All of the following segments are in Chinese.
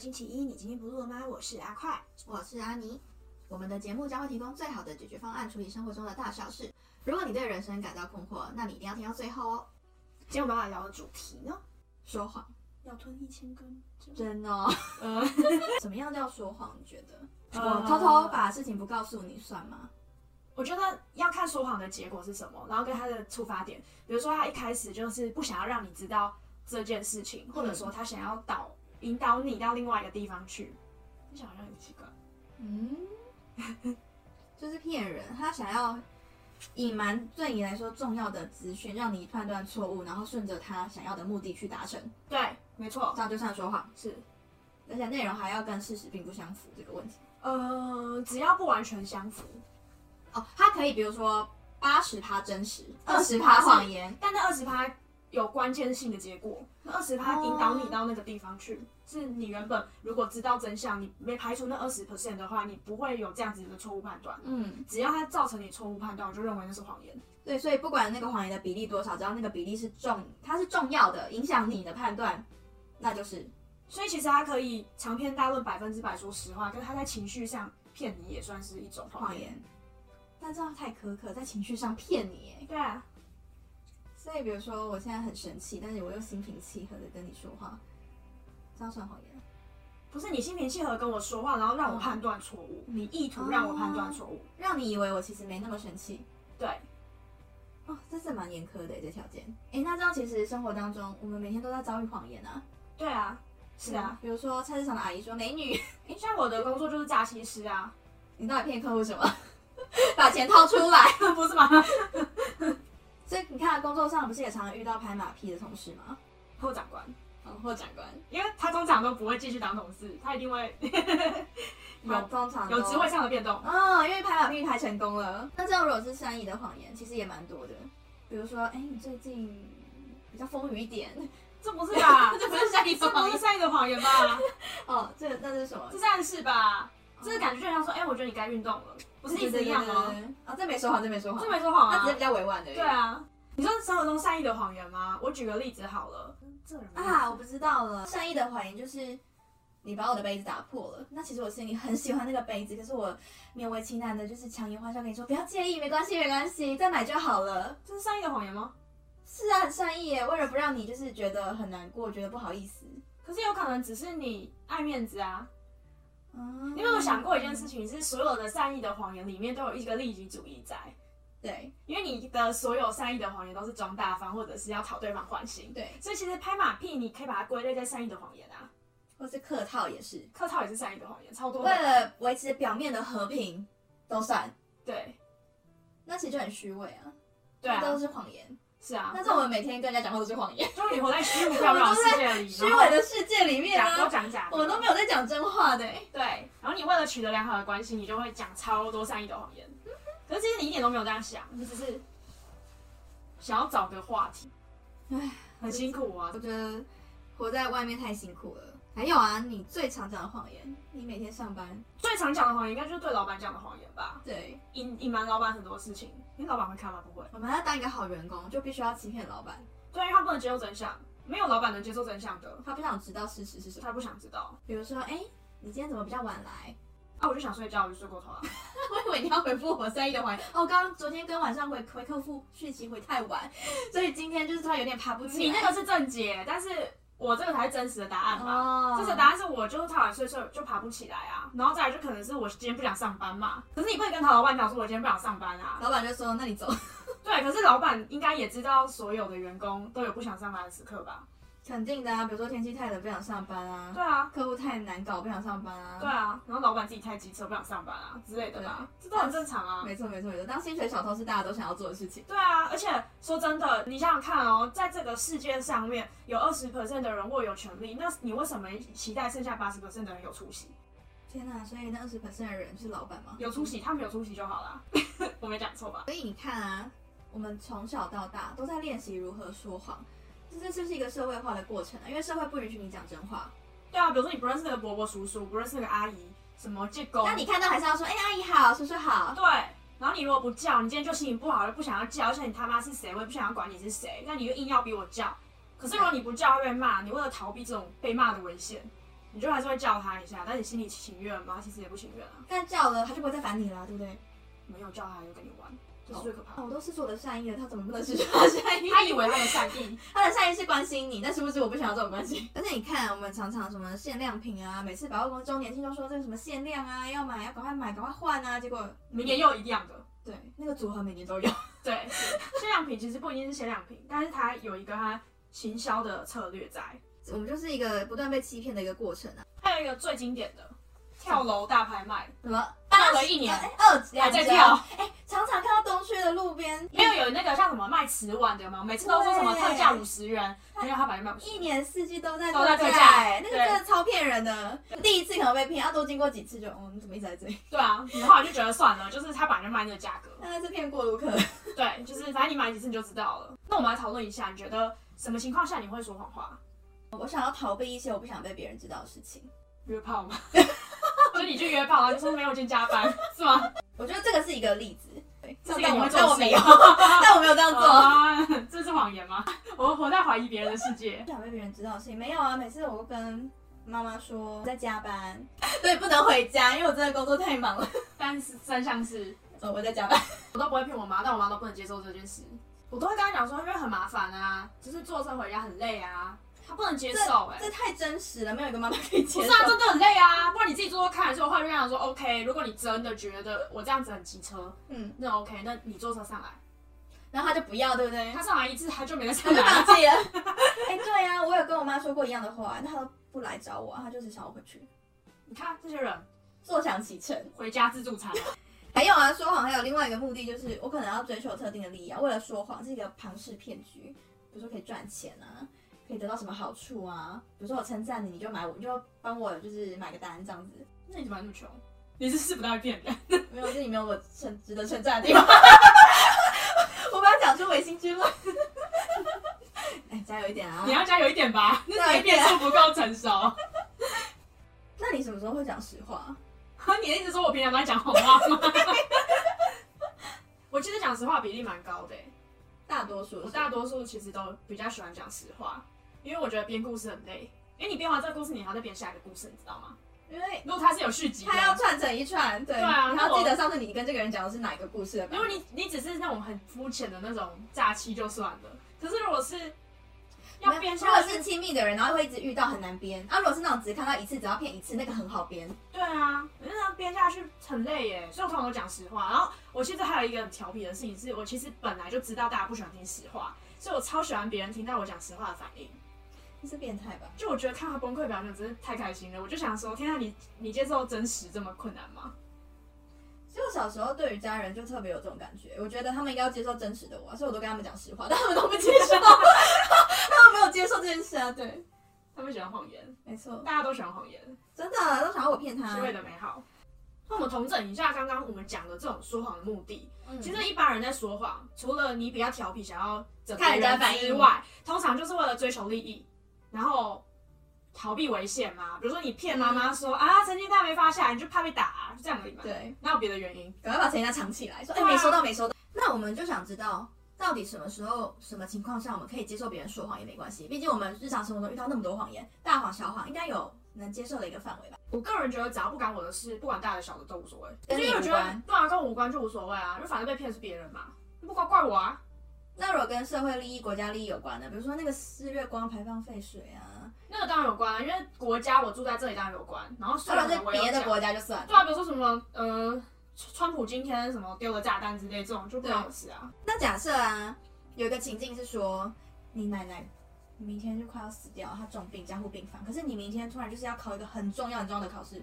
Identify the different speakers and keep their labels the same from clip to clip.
Speaker 1: 情绪不入的妈，我是阿快，
Speaker 2: 我是阿尼，
Speaker 1: 我们的节目将会提供最好的解决方案，处理生活中的大小事。如果你对人生感到困惑，那你一定要听到最后哦。
Speaker 2: 今天我们要聊的主题呢，
Speaker 1: 说谎，
Speaker 2: 要吞一千根针。
Speaker 1: 真的、 哦？
Speaker 2: 呃，
Speaker 1: 怎么样叫说谎？你觉得？
Speaker 2: 呃
Speaker 1: 我偷偷把事情不告诉你算吗？
Speaker 2: 我觉得要看说谎的结果是什么，然后跟他的出发点。比如说，他一开始就是不想要让你知道这件事情，或者说他想要导引导你到另外一个地方去。你想让很奇怪，
Speaker 1: 嗯， 就是骗人，他想要隐瞒对你来说重要的资讯，让你判断错误，然后顺着他想要的目的去达成，
Speaker 2: 对，没错
Speaker 1: 这，样就算说谎，
Speaker 2: 是。
Speaker 1: 而且内容还要跟事实并不相符这个问题。
Speaker 2: 呃，只要不完全相符，
Speaker 1: 哦，它可以比如说八十趴真实，二十
Speaker 2: 20%
Speaker 1: 趴谎言，
Speaker 2: 但那二十趴有关键性的结果，那二十趴
Speaker 1: 哦
Speaker 2: 引导你到那个地方去，是你原本如果知道真相，你没排除那二十 percent 的话，你不会有这样子的错误判断。
Speaker 1: 嗯，
Speaker 2: 只要它造成你错误判断，我就认为那是谎言。
Speaker 1: 对，所以不管那个谎言的比例多少，只要那个比例是重，它是重要的，影响你的判断，那就是
Speaker 2: 所以其实它可以长篇大论百分之百说实话，跟他在情绪上骗你也算是一种
Speaker 1: 谎
Speaker 2: 谎言。
Speaker 1: 言。但这样太苛刻，在情绪上骗你耶。
Speaker 2: 对啊，
Speaker 1: 所以比如说我现在很生气，但是我又心平气和的跟你说话，这样算谎言？
Speaker 2: 不是你心平气和跟我说话，然后让我判断错误，嗯你意图让我判断错误。
Speaker 1: 让你以为我其实没那么生气。
Speaker 2: 对，
Speaker 1: 哦，这是蛮严苛的耶这条件。诶，那这样其实生活当中，我们每天都在遭遇谎言啊。
Speaker 2: 对啊，是啊。，
Speaker 1: 比如说菜市场的阿姨说美女，
Speaker 2: 诶，像我的工作就是诈欺师啊，
Speaker 1: 你到底骗客户什么？ 把钱掏出来。
Speaker 2: 不是吗？
Speaker 1: 所以你看，工作上不是也常常遇到拍马屁的同事吗？
Speaker 2: 后长官，
Speaker 1: 嗯，或长官，
Speaker 2: 因为他通常都不会继续当同事，他一定会
Speaker 1: 他
Speaker 2: 有
Speaker 1: 通常都
Speaker 2: 有职位。上的变动。
Speaker 1: 嗯、因为拍马屁拍成功了。那这样如果是善意的谎言，其实也蛮多的。比如说，哎、你最近比较丰腴一点，
Speaker 2: 这不是吧？
Speaker 1: 这不是善意
Speaker 2: 这
Speaker 1: 的
Speaker 2: 不
Speaker 1: 谎
Speaker 2: 是
Speaker 1: 言。
Speaker 2: 善意的谎言吧？
Speaker 1: 哦，这个那是什么
Speaker 2: 这？是暗示吧？这个感觉就很像说，哎、我觉得你该运动了，不是一直一样
Speaker 1: 对
Speaker 2: 吗？
Speaker 1: 对对对啊，这没说谎，这没说谎
Speaker 2: 这，没说谎
Speaker 1: 那只是
Speaker 2: 啊
Speaker 1: 比。较委婉的。
Speaker 2: 对啊，你说生活中善意的谎言吗？我举个例子好了。这人
Speaker 1: 啊，我不知道了。善意的谎言就是你把我的杯子打破了，那其实我心里很喜欢那个杯子，可是我勉为其难的，就是强颜欢笑跟你说不要介意，没关系，没关系，再买就好了。
Speaker 2: 这是善意的谎言吗？
Speaker 1: 是啊，很善意耶，为了不让你就是觉得很难过，觉得不好意思。
Speaker 2: 可是有可能只是你爱面子啊。
Speaker 1: 嗯，
Speaker 2: 你有没有想过一件事？情？是所有的善意的谎言里面都有一个利己主义在，
Speaker 1: 对
Speaker 2: 因为你的所有善意的谎言都是装大方，或者是要讨对方欢心。
Speaker 1: 对，
Speaker 2: 所以其实拍马屁，你可以把它归类在善意的谎言啊，
Speaker 1: 或是客套也是，
Speaker 2: 客套也是善意的谎言，超多
Speaker 1: 为
Speaker 2: 的。
Speaker 1: 了维持表面的和平都算，
Speaker 2: 对
Speaker 1: 那其实就很虚伪啊，
Speaker 2: 对啊
Speaker 1: 那都是谎言。
Speaker 2: 是啊，
Speaker 1: 但是我们每天跟人家讲话都是谎言，
Speaker 2: 终于活在虚无缥缈的世界里，
Speaker 1: 虚伪的世界里面
Speaker 2: 然后讲都
Speaker 1: 啊，
Speaker 2: 讲假的，
Speaker 1: 我都没有在讲真话的欸、
Speaker 2: 对。然后你为了取得良好的关系，你就会讲超多善意的谎 言。可是其实你一点都没有这样想，你只是想要找个话题。唉，很辛苦啊
Speaker 1: 我。觉得活在外面太辛苦了。还有啊，你最常讲的谎言，你每天上班，
Speaker 2: 最常讲的谎言应该就是对老板讲的谎言吧，
Speaker 1: 对
Speaker 2: 隐隐瞒老板很多事情。因为老板会看吗？不会。
Speaker 1: 我们要当一个好员工，就必须要欺骗老板，
Speaker 2: 对，因为他不能接受真相，没有老板能接受真相的，
Speaker 1: 他不想知道事实是什么。
Speaker 2: 他不想知道。
Speaker 1: 比如说，哎、你今天怎么比较晚来？
Speaker 2: 啊，我就想睡觉，我就睡过头了。
Speaker 1: 我以为你要回复我善意的谎言。哦，我刚刚昨天跟晚上回回客户讯息回太晚，所以今天就是啊突然有点爬不起
Speaker 2: 你
Speaker 1: 来。
Speaker 2: 那个是正解，但是我这个才是真实的答案吧？
Speaker 1: 哦
Speaker 2: 真实的答案是我就是太晚睡睡就爬不起来啊，然后再来就可能是我今天不想上班嘛。可是你不能跟陶老板讲说我今天不想上班啊。
Speaker 1: 老板就说，那你走，
Speaker 2: 对，可是老板应该也知道所有的员工都有不想上班的时刻吧？
Speaker 1: 肯定的啊。比如说天气太冷，不想上班啊。
Speaker 2: 对啊。
Speaker 1: 客户太难搞，不想上班啊。
Speaker 2: 对啊，然后老板自己太机车不想上班啊之类的吧，这都很正常啊。
Speaker 1: 没错没错没错，当薪水小偷是大家都想要做的事情。
Speaker 2: 对啊，而且说真的，你想想看哦，在这个世界上面有二十 percent 的人握有权利，那你为什么期待剩下八十 percent 的人有出息？
Speaker 1: 天呐，所以那二十 percent 的人是老板吗？
Speaker 2: 有出息，他们有出息就好啦。 我没讲错吧？
Speaker 1: 所以你看啊，我们从小到大都在练习如何说谎，这这是不是一个社会化的过程啊？因为社会不允许你讲真话，
Speaker 2: 对啊，比如说你不认识那个伯伯叔叔，不认识那个阿姨，什么借狗，
Speaker 1: 那你看到还是要说，哎、阿姨好，叔叔好。
Speaker 2: 对。然后你如果不叫，你今天就心情不好，就不想要叫，而且你他妈是谁，我也不想要管你是谁，那你就硬要逼我叫。可是如果你不叫会被骂，你为了逃避这种被骂的危险，你就还是会叫他一下，但你心里情愿吗？其实也不情愿啊，
Speaker 1: 但叫了他就不会再烦你了，对不对？
Speaker 2: 没有叫他就跟你玩，这是最可怕
Speaker 1: 哦，
Speaker 2: 的。
Speaker 1: 我都是做的善意的，他怎么不能是做善 意？
Speaker 2: 他以为他的善意，
Speaker 1: 他的善意是关心你，但殊不知我不想要这种关心。而且你看，我们常常什么限量品啊，每次百货公司周年庆都说这个什么限量啊，要买要赶快买，赶快换啊，结果
Speaker 2: 明年又一样的。
Speaker 1: 对那个组合每年都有。
Speaker 2: 对，限量品其实不一定是限量品，但是它有一个它行销的策略在。
Speaker 1: 我们就是一个不断被欺骗的一个过程啊。
Speaker 2: 还有一个最经典的跳楼大拍卖，
Speaker 1: 什么
Speaker 2: 跳了一年
Speaker 1: 哎二两
Speaker 2: 还在
Speaker 1: 家
Speaker 2: 跳，
Speaker 1: 哎，常常看到东区的路边
Speaker 2: 因为有那个像什么卖瓷碗的嘛，每次都说什么特价五十元，没有他把它卖五十。
Speaker 1: 一年四季都在
Speaker 2: 都在特价
Speaker 1: 哎那个真的超骗人的。第一次可能被骗，要多经过几次就，哦，你怎么一直在这里？
Speaker 2: 对啊，然后我就觉得算了，就是他本来就卖那个价格。
Speaker 1: 那是骗过路客。
Speaker 2: 对，就是反正你买几次你就知道了。那我们来讨论一下，你觉得什么情况下你会说谎话？
Speaker 1: 我想要逃避一些我不想被别人知道的事情。
Speaker 2: 约炮 吗？所以你去约炮啊？你说没有，今天加班是吗？
Speaker 1: 我觉得这个是一个例子，对，
Speaker 2: 这是一个
Speaker 1: 但
Speaker 2: 你
Speaker 1: 我
Speaker 2: 会做
Speaker 1: 但
Speaker 2: 的
Speaker 1: 我
Speaker 2: 事
Speaker 1: 没有， 但我没有这样做。
Speaker 2: 啊， 这是谎言吗？我活在怀疑别人的世界。
Speaker 1: 不想被别人知道的事情没有啊，每次我都跟妈妈说在加班， 对，不能回家，因为我真的工作太忙了。
Speaker 2: 但是真相是，
Speaker 1: 呃，我在加班，
Speaker 2: 我都不会骗我妈，但我妈都不能接受这件事。我都会跟她讲说，因为很麻烦啊，就是坐车回家很累啊，她不能接受哎、
Speaker 1: 这太真实了，没有一个妈妈可以
Speaker 2: 不
Speaker 1: 接
Speaker 2: 是
Speaker 1: 受。
Speaker 2: 啊，真的很累啊，不然你自己坐坐看。所以我后来就跟她讲说，OK，如果你真的觉得我这样子很急车，
Speaker 1: 嗯，
Speaker 2: 那 OK，那你坐车上来。
Speaker 1: 然后他就不要，对不对？
Speaker 2: 她上来一次，她就没再上
Speaker 1: 我就
Speaker 2: 来。
Speaker 1: 放弃了。 哎、对啊，我有跟我妈说过一样的话，但她都不来找我，她就只想我回去，
Speaker 2: 你看这些人
Speaker 1: 坐享其成。
Speaker 2: 回家自助餐，
Speaker 1: 还有啊，说谎还有另外一个目的，就是我可能要追求特定的利益啊。为了说谎是一个庞氏骗局，比如说可以赚钱啊，可以得到什么好处啊。比如说我称赞你，你就买我，你就帮我就是买个单这样子。
Speaker 2: 那你怎么还那么穷？你是不是不太骗人？
Speaker 1: 没有，这里没有我称值得称赞的地方。 我把它讲出违心之论。 哎，加油一点啊
Speaker 2: 你！要加油一点吧，那
Speaker 1: 加
Speaker 2: 你
Speaker 1: 油一
Speaker 2: 的
Speaker 1: 点
Speaker 2: 变数不够成熟。
Speaker 1: 那你什么时候会讲实话？
Speaker 2: 你的意思说我平常都在讲谎话吗？ 我其实讲实话比例蛮高的欸、
Speaker 1: 大多数
Speaker 2: 我
Speaker 1: 的时候
Speaker 2: 大多数其实都比较喜欢讲实话，因为我觉得编故事很累。因为你编完这个故事，你还要再编下一个故事，你知道吗？
Speaker 1: 因为
Speaker 2: 如果它是有续集的，
Speaker 1: 他要串成一串，对，
Speaker 2: 对啊
Speaker 1: 你
Speaker 2: 那
Speaker 1: 要
Speaker 2: 我
Speaker 1: 记得上次你跟这个人讲的是哪一个故事的版
Speaker 2: 如
Speaker 1: 本。
Speaker 2: 果你你只是那种很肤浅的那种诈欺就算了，可是如果是要编
Speaker 1: 如
Speaker 2: 下
Speaker 1: 果
Speaker 2: 去
Speaker 1: 是，亲密的人，然后会一直遇到很难编。啊，如果是那种只看到一次，只要骗一次，那个很好编。
Speaker 2: 对啊，可是那编下去很累耶，所以我通常都讲实话。然后我其实还有一个很调皮的事情是，我其实本来就知道大家不喜欢听实话，所以我超喜欢别人听到我讲实话的反应。
Speaker 1: 你是变态吧？
Speaker 2: 就我觉得看他崩溃表情真是太开心了，我就想说，天啊，你你接受真实这么困难吗？
Speaker 1: 所以我小时候对于家人就特别有这种感觉，我觉得他们应该要接受真实的我啊、所以我都跟他们讲实话，但他们都不接受， 他们没有接受这件事啊。对，
Speaker 2: 他们喜欢谎言，
Speaker 1: 没错，
Speaker 2: 大家都喜欢谎言，
Speaker 1: 真的啊都想要我骗他
Speaker 2: 虚。伪的美好。那我们统整一下刚刚我们讲的这种说谎的目的。
Speaker 1: 嗯
Speaker 2: 其实一般人在说谎，除了你比较调皮，想要整
Speaker 1: 看人家反
Speaker 2: 反
Speaker 1: 应
Speaker 2: 之外，通常就是为了追求利益，然后逃避危险嘛。比如说你骗妈妈说、啊，成绩单没发下来，你就怕被打、就这样而已嘛。
Speaker 1: 对，
Speaker 2: 哪有别的原因？
Speaker 1: 赶快把钱家藏起来，说哎、
Speaker 2: 对啊
Speaker 1: 没收到没收到。那我们就想知道。到底什么时候、什么情况下我们可以接受别人说谎也没关系？毕竟我们日常生活中遇到那么多谎言，大谎小谎应该有能接受的一个范围吧？
Speaker 2: 我个人觉得，只要不干我的事，不管大的小的都无所谓。
Speaker 1: 跟你
Speaker 2: 因为我觉
Speaker 1: 无
Speaker 2: 得
Speaker 1: 关
Speaker 2: 对啊，跟我无关就无所谓啊，因为反正被骗是别人嘛，不怪怪我啊。
Speaker 1: 那如果跟社会利益、国家利益有关的，比如说那个四月光排放废水啊，
Speaker 2: 那个当然有关啊，因为国家我住在这里当然有关。然后虽
Speaker 1: 当然
Speaker 2: 然
Speaker 1: 是
Speaker 2: 我有
Speaker 1: 哦别的
Speaker 2: 讲，
Speaker 1: 国家就算了。
Speaker 2: 对啊，比如说什么呃，川川普今天什么丢了炸弹之类这种就不关我的事啊。
Speaker 1: 那假设啊，有一个情境是说，你奶奶明天就快要死掉，她重病加护病房，可是你明天突然就是要考一个很重要很重要的考试，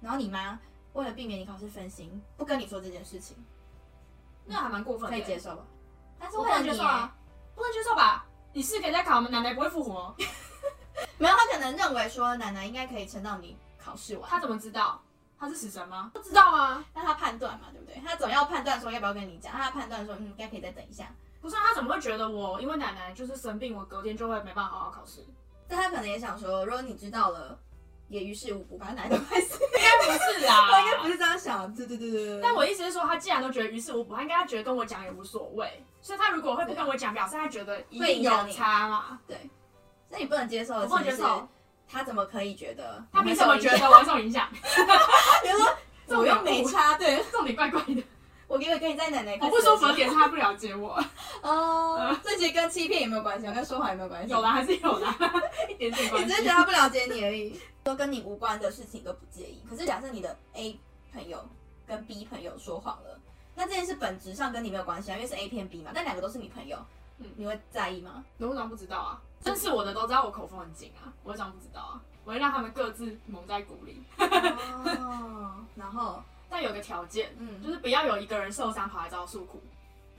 Speaker 1: 然后你妈为了避免你考试分心，不跟你说这件事情，
Speaker 2: 那还蛮过分的
Speaker 1: 可
Speaker 2: 欸，
Speaker 1: 以接受吧？但是
Speaker 2: 我
Speaker 1: 为
Speaker 2: 不
Speaker 1: 了
Speaker 2: 能
Speaker 1: 你
Speaker 2: 接受啊，不能接受吧？你是给人家考，我们奶奶不会复活，
Speaker 1: 没有，她可能认为说奶奶应该可以撑到你考试完，
Speaker 2: 他怎么知道？他是死神吗？不知道啊，
Speaker 1: 那她判断嘛，对不对？她总要判断说要不要跟你讲，她判断说嗯，应该可以再等一下。
Speaker 2: 不是、啊、他怎么会觉得我因为奶奶就是生病，我隔天就会没办法好好考试？
Speaker 1: 但他可能也想说，如果你知道了，也于事无补，反正奶奶都快死了。
Speaker 2: 不是 啊，
Speaker 1: 我应该不是这样想，对对对对对。
Speaker 2: 但我意思是说，他既然都觉得于事无补，他应该觉得跟我讲也无所谓。所以他如果会不跟我讲，表示他觉得一定有差嘛。
Speaker 1: 那你不能接受
Speaker 2: 我
Speaker 1: 的，
Speaker 2: 不能接受，
Speaker 1: 他怎么可以觉得？
Speaker 2: 他凭什么觉
Speaker 1: 得？
Speaker 2: 得我会受影响？
Speaker 1: 比如说我又没差，对
Speaker 2: 这种你怪怪的，
Speaker 1: 我因为跟你在奶奶，
Speaker 2: 我不舒服的点是他不了解 我，
Speaker 1: 哦。这其实跟欺骗有没有关系？跟说谎有没有关系？
Speaker 2: 有啦，还是有啦， 一点点
Speaker 1: 你
Speaker 2: 关
Speaker 1: 只是
Speaker 2: 系
Speaker 1: 觉得。他不了解你而已，说跟你无关的事情都不介意。可是假设你的 A 朋友跟 B 朋友说谎了，那这件事本质上跟你没有关系啊，因为是 A 骗 B 嘛，但两个都是你朋友，
Speaker 2: 嗯
Speaker 1: 你会在意吗？
Speaker 2: 我为什么不知道啊？认识我的都知道我口风很紧啊，我为什么不知道啊？我会让他们各自蒙在鼓里，
Speaker 1: 哦， 然后
Speaker 2: 但有个条件，
Speaker 1: 嗯，
Speaker 2: 就是不要有一个人受伤跑来找我诉苦，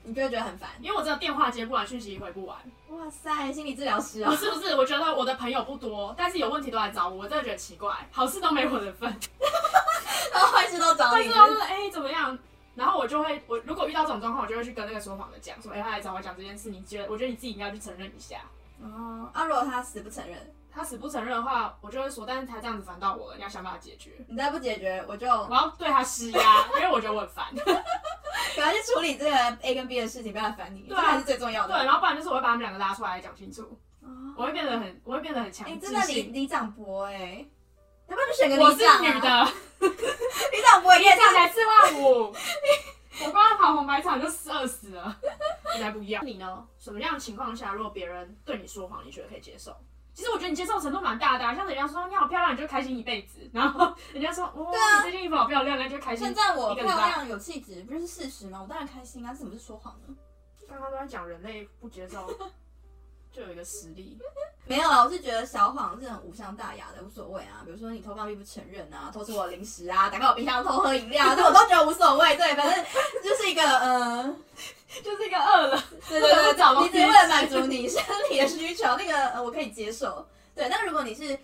Speaker 1: 你就会觉得很烦。
Speaker 2: 因为我真的电话接不完，讯息回不完。
Speaker 1: 哇塞，心理治疗师
Speaker 2: 不
Speaker 1: 哦，
Speaker 2: 是不是，我觉得我的朋友不多，但是有问题都来找我，我真的觉得奇怪，好事都没我的份，
Speaker 1: 然后坏事都找
Speaker 2: 但
Speaker 1: 你
Speaker 2: 是，他们哎、怎么样？然后我就会，我如果遇到这种状况，我就会去跟那个说谎的讲，说哎、他来找我讲这件事，你觉得？我觉得你自己应该去承认一下。
Speaker 1: 哦，啊，如果他死不承认，
Speaker 2: 他死不承认的话，我就会说，但是他这样子烦到我了，你要想办法解决。
Speaker 1: 你再不解决，我就
Speaker 2: 我要对他施压，因为我觉得我很烦。
Speaker 1: 赶快去处理这个 A 跟 B 的事情，不要来烦你，这
Speaker 2: 对啊
Speaker 1: 才是最重要
Speaker 2: 对，
Speaker 1: 的。
Speaker 2: 然后不然就是我会把他们两个拉出来讲清楚，
Speaker 1: 哦
Speaker 2: 我会变得很，我会变得很强
Speaker 1: 哎、
Speaker 2: 制
Speaker 1: 真的里
Speaker 2: 性。
Speaker 1: 里长伯哎、要不要去选个
Speaker 2: 我
Speaker 1: 里
Speaker 2: 是
Speaker 1: 长、啊？
Speaker 2: 女，的，
Speaker 1: 里长伯也
Speaker 2: 你
Speaker 1: 可
Speaker 2: 也
Speaker 1: 以这
Speaker 2: 跳
Speaker 1: 样
Speaker 2: 才四万五，我光要跑红白场就饿死了，你才不一样。你呢？什么样的情况下，如果别人对你说谎，你觉得可以接受？其实我觉得你接受程度蛮大的、啊，像人家说你好漂亮，你就开心一辈子，然 后人家说哇、
Speaker 1: 啊
Speaker 2: 你这件衣服好漂亮，那就开心
Speaker 1: 称。赞我
Speaker 2: 一个
Speaker 1: 漂
Speaker 2: 礼拜
Speaker 1: 亮有气质，不就是事实吗？我当然开心啊，这怎么是说谎呢？
Speaker 2: 刚刚都在讲人类不接 受，就有一个实例，
Speaker 1: 没有啊，我是觉得小谎是很无伤大雅的，无所谓啊。比如说你偷放屁不承认啊，偷吃我的零食啊，打开我冰箱偷喝饮料啊，这我都觉得无所谓。对，反正 就是一个呃，
Speaker 2: 就是一个饿了。
Speaker 1: 对对对，
Speaker 2: 找东
Speaker 1: 对
Speaker 2: 西
Speaker 1: 你只是为了满足你生理的需求，那个呃我可以接受。对，但如果你是，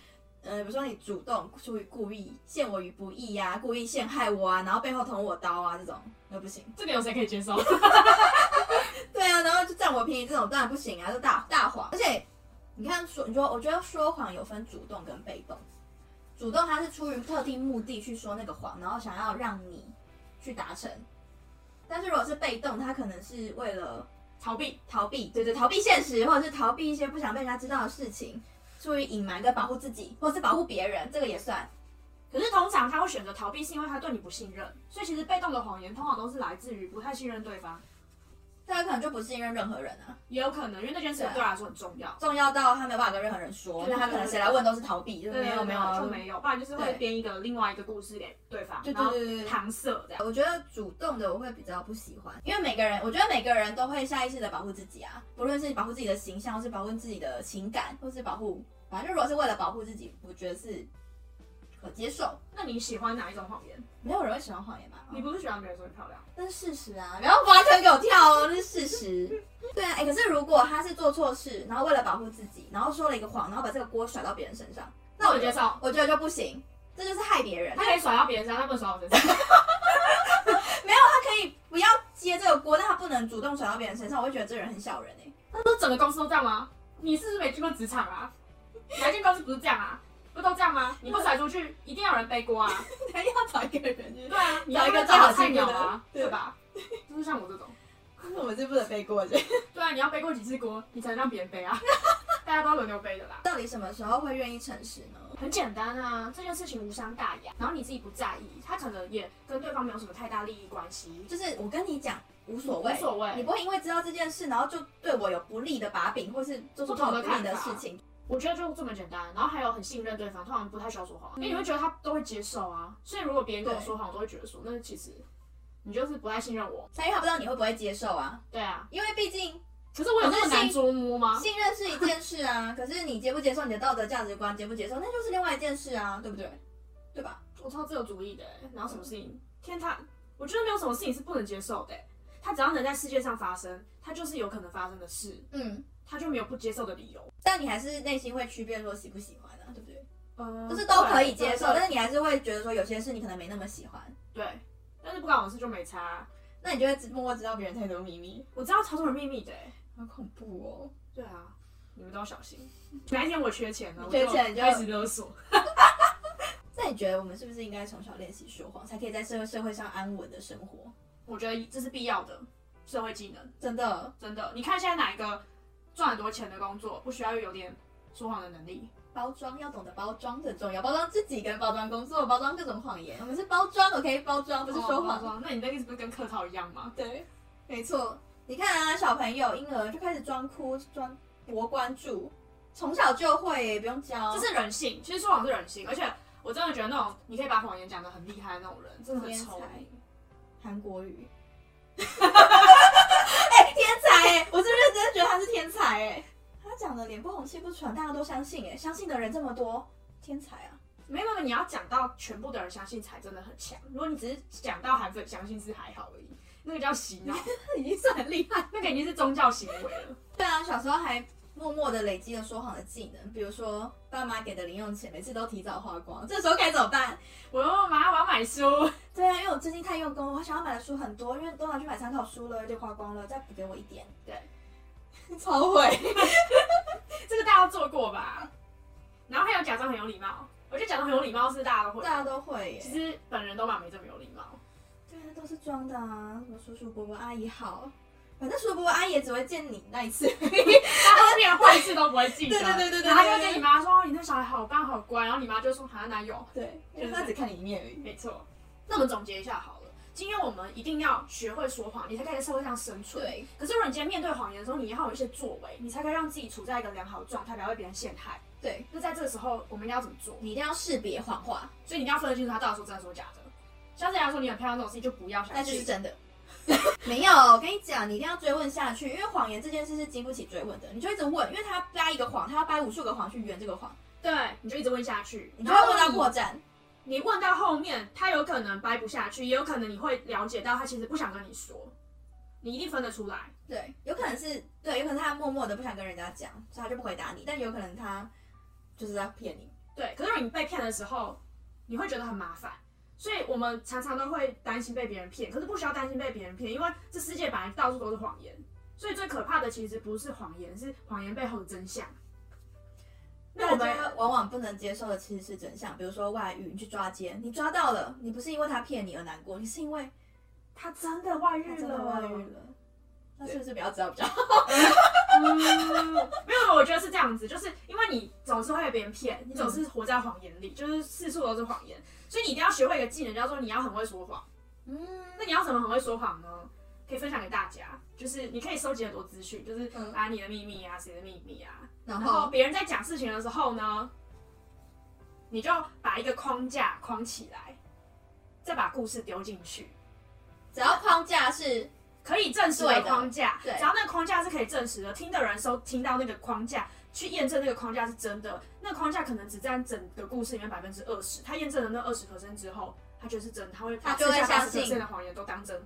Speaker 1: 呃，比如说你主动出于故意陷我于不义呀、故意陷害我啊，然后背后捅我刀啊，这种那不行。
Speaker 2: 这个有谁可以接受？
Speaker 1: 对啊，然后就占我便宜这种当然不行啊，这大大谎。而且你看说，你说我觉得说谎有分主动跟被动，主动它是出于特定目的去说那个谎，然后想要让你去达成。但是如果是被动，它可能是为了
Speaker 2: 逃避。
Speaker 1: 逃避，对对，逃避现实，或者是逃避一些不想被人家知道的事情，出于隐瞒跟保护自己，或者是保护别人，这个也算。
Speaker 2: 可是通常他会选择逃避，是因为他对你不信任。所以其实被动的谎言通常都是来自于不太信任对方，
Speaker 1: 但他可能就不信任任何人啊，
Speaker 2: 也有可能因为那件事
Speaker 1: 对啊
Speaker 2: 对他来说很重要。
Speaker 1: 重要到他没有办法跟任何人说，
Speaker 2: 对
Speaker 1: 那他可能谁来问都是逃避，就是没有没有
Speaker 2: 就没有，不然就是会编一个另外一个故事给对方，
Speaker 1: 对
Speaker 2: 然
Speaker 1: 对
Speaker 2: 后
Speaker 1: 对对对。
Speaker 2: 搪塞这样。
Speaker 1: 我觉得主动的我会比较不喜欢，因为每个人，我觉得每个人都会下意识的保护自己啊，不论是保护自己的形象，或是保护自己的情感，或是保护，反正如果是为了保护自己，我觉得是可接受。
Speaker 2: 那你喜欢哪一种谎言？
Speaker 1: 没有人会喜欢谎言吧？
Speaker 2: 你不是喜欢别人说你漂亮？
Speaker 1: 那是事实啊，不要完全给我跳哦，那是事实。对啊，哎、可是如果他是做错事，然后为了保护自己，然后说了一个谎，然后把这个锅甩到别人身上，那
Speaker 2: 我
Speaker 1: 我觉
Speaker 2: 接
Speaker 1: 得，
Speaker 2: 受。
Speaker 1: 我觉得就不行，这就是害别人。
Speaker 2: 他可以甩到别人身上，他不能甩到我身上。
Speaker 1: 他可以不要接这个锅，但他不能主动甩到别人身上，我会觉得这个人很小人哎、
Speaker 2: 那不是整个公司都这样吗？你是不是没去过职场啊？哪一间公司不是这样啊？不都这样吗？你不甩出去，一定要有人背锅啊！
Speaker 1: 还要找一个人，
Speaker 2: 对啊，你
Speaker 1: 找
Speaker 2: 要
Speaker 1: 一个
Speaker 2: 最好
Speaker 1: 最
Speaker 2: 菜
Speaker 1: 好欺负
Speaker 2: 鸟
Speaker 1: 的
Speaker 2: 啊，
Speaker 1: 对
Speaker 2: 对吧？就是像我这种。
Speaker 1: 我们是不能背锅的。
Speaker 2: 对啊，你要背过几次锅，你才能让别人背 啊？大家都要轮流背的啦。
Speaker 1: 到底什么时候会愿意诚实呢？
Speaker 2: 很简单啊，这件事情无伤大雅，然后你自己不在意，他可能也跟对方没有什么太大利益关系，
Speaker 1: 就是我跟你讲无所
Speaker 2: 无
Speaker 1: 谓，
Speaker 2: 所
Speaker 1: 你
Speaker 2: 谓。
Speaker 1: 不会因为知道这件事，然后就对我有不利的把柄，或是做出
Speaker 2: 不同的
Speaker 1: 不利的
Speaker 2: 看法
Speaker 1: 事情。
Speaker 2: 我觉得就这么简单，然后还有很信任对方，通常不太需要说谎，因为你会觉得他都会接受啊。所以如果别人跟我说谎，我都会觉得说，那其实你就是不太信任我。
Speaker 1: 但因为他不知道你会不会接受啊，
Speaker 2: 对啊，
Speaker 1: 因为毕竟
Speaker 2: 可是我有那么难捉摸吗？
Speaker 1: 信任是一件事 啊，可是你接不接受你的道德价值观，接不接受，那就是另外一件事啊，对不对？对吧？
Speaker 2: 我超自由主义的欸、然后什么事情，天他，我觉得没有什么事情是不能接受的欸、他只要能在世界上发生，他就是有可能发生的事，
Speaker 1: 嗯，
Speaker 2: 他就没有不接受的理由。
Speaker 1: 但你还是内心会区辨说喜不喜欢啊，对不对？
Speaker 2: 呃
Speaker 1: 就是都可以接受，
Speaker 2: 对
Speaker 1: 但是你还是会觉得说有些事你可能没那么喜欢，
Speaker 2: 对但是不管我事就没差啊。
Speaker 1: 那你就会知默默知道别人太多秘密，
Speaker 2: 我知道超多人秘密的、欸，
Speaker 1: 好恐怖哦。
Speaker 2: 对啊，你们都要小心。哪一天我缺钱了，
Speaker 1: 你缺钱
Speaker 2: 我
Speaker 1: 你就
Speaker 2: 开始勒索。
Speaker 1: 那你觉得我们是不是应该从小练习说谎，才可以在社会社会上安稳的生活？
Speaker 2: 我觉得这是必要的社会技能，
Speaker 1: 真的，
Speaker 2: 真的。你看现在哪一个赚很多钱的工作不需要有点说谎的能力？
Speaker 1: 包装要懂得包装很重要，包装自己跟包装工作，包装各种谎言。我们是包装，OK，包装不是说谎。
Speaker 2: 哦那你那个是不是跟客套一样吗？
Speaker 1: 对，没错。你看啊，小朋友、婴儿就开始装哭、装博关注，从小就会耶，不用教。
Speaker 2: 这是人性，其实说谎是人性，而且我真的觉得那种你可以把谎言讲得很厉害的那种人，真的很
Speaker 1: 天
Speaker 2: 聪
Speaker 1: 才
Speaker 2: 明。
Speaker 1: 韩国语。 哎、天才哎、我是认真觉得他是天才哎、他讲的脸不红气不喘，大家都相信哎、相信的人这么多，天才啊！
Speaker 2: 没有没有，你要讲到全部的人相信才真的很强。如果你只是讲到韩粉相信是还好而已，那个叫洗脑，
Speaker 1: 他已经算很厉害。
Speaker 2: 那个已经是宗教行为了。
Speaker 1: 对啊，小时候还默默的累积了说谎的技能，比如说爸妈给的零用钱，每次都提早花光，这时候该怎么办？
Speaker 2: 我说妈，我要买书，
Speaker 1: 对啊，因为我最近太用功，我想要买的书很多，因为都拿去买参考书了，有点花光了，再补给我一点。对，超会。
Speaker 2: 这个大家都做过吧？然后还有假装很有礼貌，我觉得假装很有礼貌是大家都会
Speaker 1: 大，家都会哎耶
Speaker 2: 其。实本人都蛮没这么有礼貌。
Speaker 1: 对啊，都是装的啊，什么叔叔伯伯阿姨好，反正叔叔伯伯阿姨也只会见你那一次。
Speaker 2: 他后面坏事都不会记得，
Speaker 1: 对对对对对
Speaker 2: 然后他就跟你妈说，哦你那小孩好棒好乖，然后你妈就说，好像哪有？
Speaker 1: 对，就是他只看你一面而已。
Speaker 2: 没错。那我们总结一下好了，今天我们一定要学会说谎，你才可以在社会上生存。。
Speaker 1: 对，
Speaker 2: 可是如果你今天面对谎言的时候，你要有一些作为，你才可以让自己处在一个良好的状态，不要被别人陷害。
Speaker 1: 对，
Speaker 2: 那在这个时候，我们应该要怎么做？
Speaker 1: 你一定要识别谎话，
Speaker 2: 所以你一定要分得清楚他到底说真的说假的。像是人家说你很漂亮这种事情，就不要
Speaker 1: 那
Speaker 2: 相
Speaker 1: 就是
Speaker 2: 信。
Speaker 1: 真 的。没有，我跟你讲，你一定要追问下去，因为谎言这件事是经不起追问的，你就一直问，因为他掰一个谎，他要掰无数个谎去圆这个谎，
Speaker 2: 对，你就一直问下去，
Speaker 1: 你就会问到破绽。
Speaker 2: 你问到后面，他有可能掰不下去，也有可能你会了解到他其实不想跟你说，你一定分得出来。
Speaker 1: 对，有可能是对，有可能他默默的不想跟人家讲，所以他就不回答你，但有可能他就是在骗你。
Speaker 2: 对，可是如果你被骗的时候，你会觉得很麻烦，所以我们常常都会担心被别人骗，可是不需要担心被别人骗，因为这世界本来到处都是谎言，所以最可怕的其实不是谎言，是谎言背后的真相。那我
Speaker 1: 大
Speaker 2: 们
Speaker 1: 家往往不能接受的其实是真相，比如说外遇，你去抓奸，你抓到了，你不是因为他骗你而难过，你是因为
Speaker 2: 他真的外
Speaker 1: 他
Speaker 2: 遇
Speaker 1: 真的
Speaker 2: 了，
Speaker 1: 外遇了。那是不是不要知道比较好？
Speaker 2: 嗯， 没有，我觉得是这样子，就是因为你总是会被别人骗，你总是活在谎言里，就是四处都是谎言，所以你一定要学会一个技能，叫做你要很会说谎。
Speaker 1: 嗯，
Speaker 2: 那你要怎么很会说谎呢？可以分享给大家，就是你可以收集很多资讯，就是
Speaker 1: 嗯
Speaker 2: 啊你的秘密啊，谁的秘密啊，
Speaker 1: 然
Speaker 2: 然后
Speaker 1: 后
Speaker 2: 别人在讲事情的时候呢，你就把一个框架框起来，再把故事丢进去，
Speaker 1: 只要框架是
Speaker 2: 可以证实
Speaker 1: 对
Speaker 2: 的
Speaker 1: 的
Speaker 2: 框架，
Speaker 1: 对
Speaker 2: 只要那个框架是可以证实的，听的人收听到那个框架，去验证那个框架是真的，那个框架可能只占整个故事里面百分之二十，他验证了那二十 percent 之后，他觉得是真的，他会把
Speaker 1: 他就会
Speaker 2: 剩下
Speaker 1: 相信
Speaker 2: 80%的谎言都当真。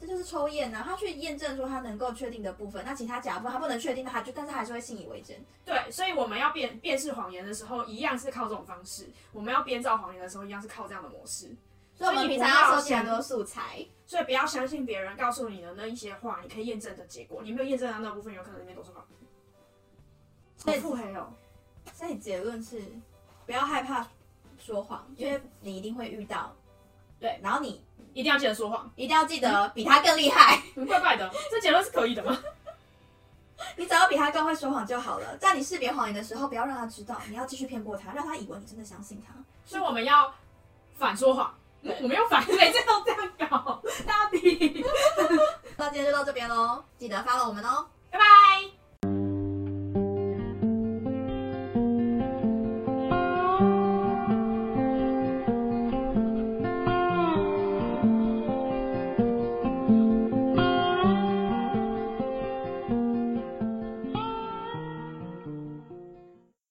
Speaker 1: 这就是抽验呢、他去验证说他能够确定的部分，那其他假部分他不能确定的，他就但是还是会信以为真。
Speaker 2: 对，所以我们要辨辨识谎言的时候，一样是靠这种方式；我们要编造谎言的时候，一样是靠这样的模式。
Speaker 1: 所以我
Speaker 2: 所以
Speaker 1: 们
Speaker 2: 你
Speaker 1: 平
Speaker 2: 不
Speaker 1: 常要
Speaker 2: 要
Speaker 1: 收集很
Speaker 2: 想
Speaker 1: 多素材，
Speaker 2: 所以不要相信别人告诉你的那一些话，你可以验证的结果，你没有验证到那部分，有可能里面都是谎言。
Speaker 1: 对
Speaker 2: 腹黑哦。
Speaker 1: 所以结论是，不要害怕说谎，因为你一定会遇到。
Speaker 2: 对，
Speaker 1: 然后你
Speaker 2: 一定要记得说谎，
Speaker 1: 一定要记得比他更厉害。
Speaker 2: 嗯 怪怪的，这结论是可以的吗？
Speaker 1: 你只要比他更会说谎就好了。在你识别谎言的时候，不要让他知道，你要继续骗过他，让他以为你真的相信他。
Speaker 2: 所以我们要反说谎，我我们要 反，每次都这样搞，大比，
Speaker 1: 那今天就到这边喽，记得 follow 我们哦。
Speaker 2: 拜拜。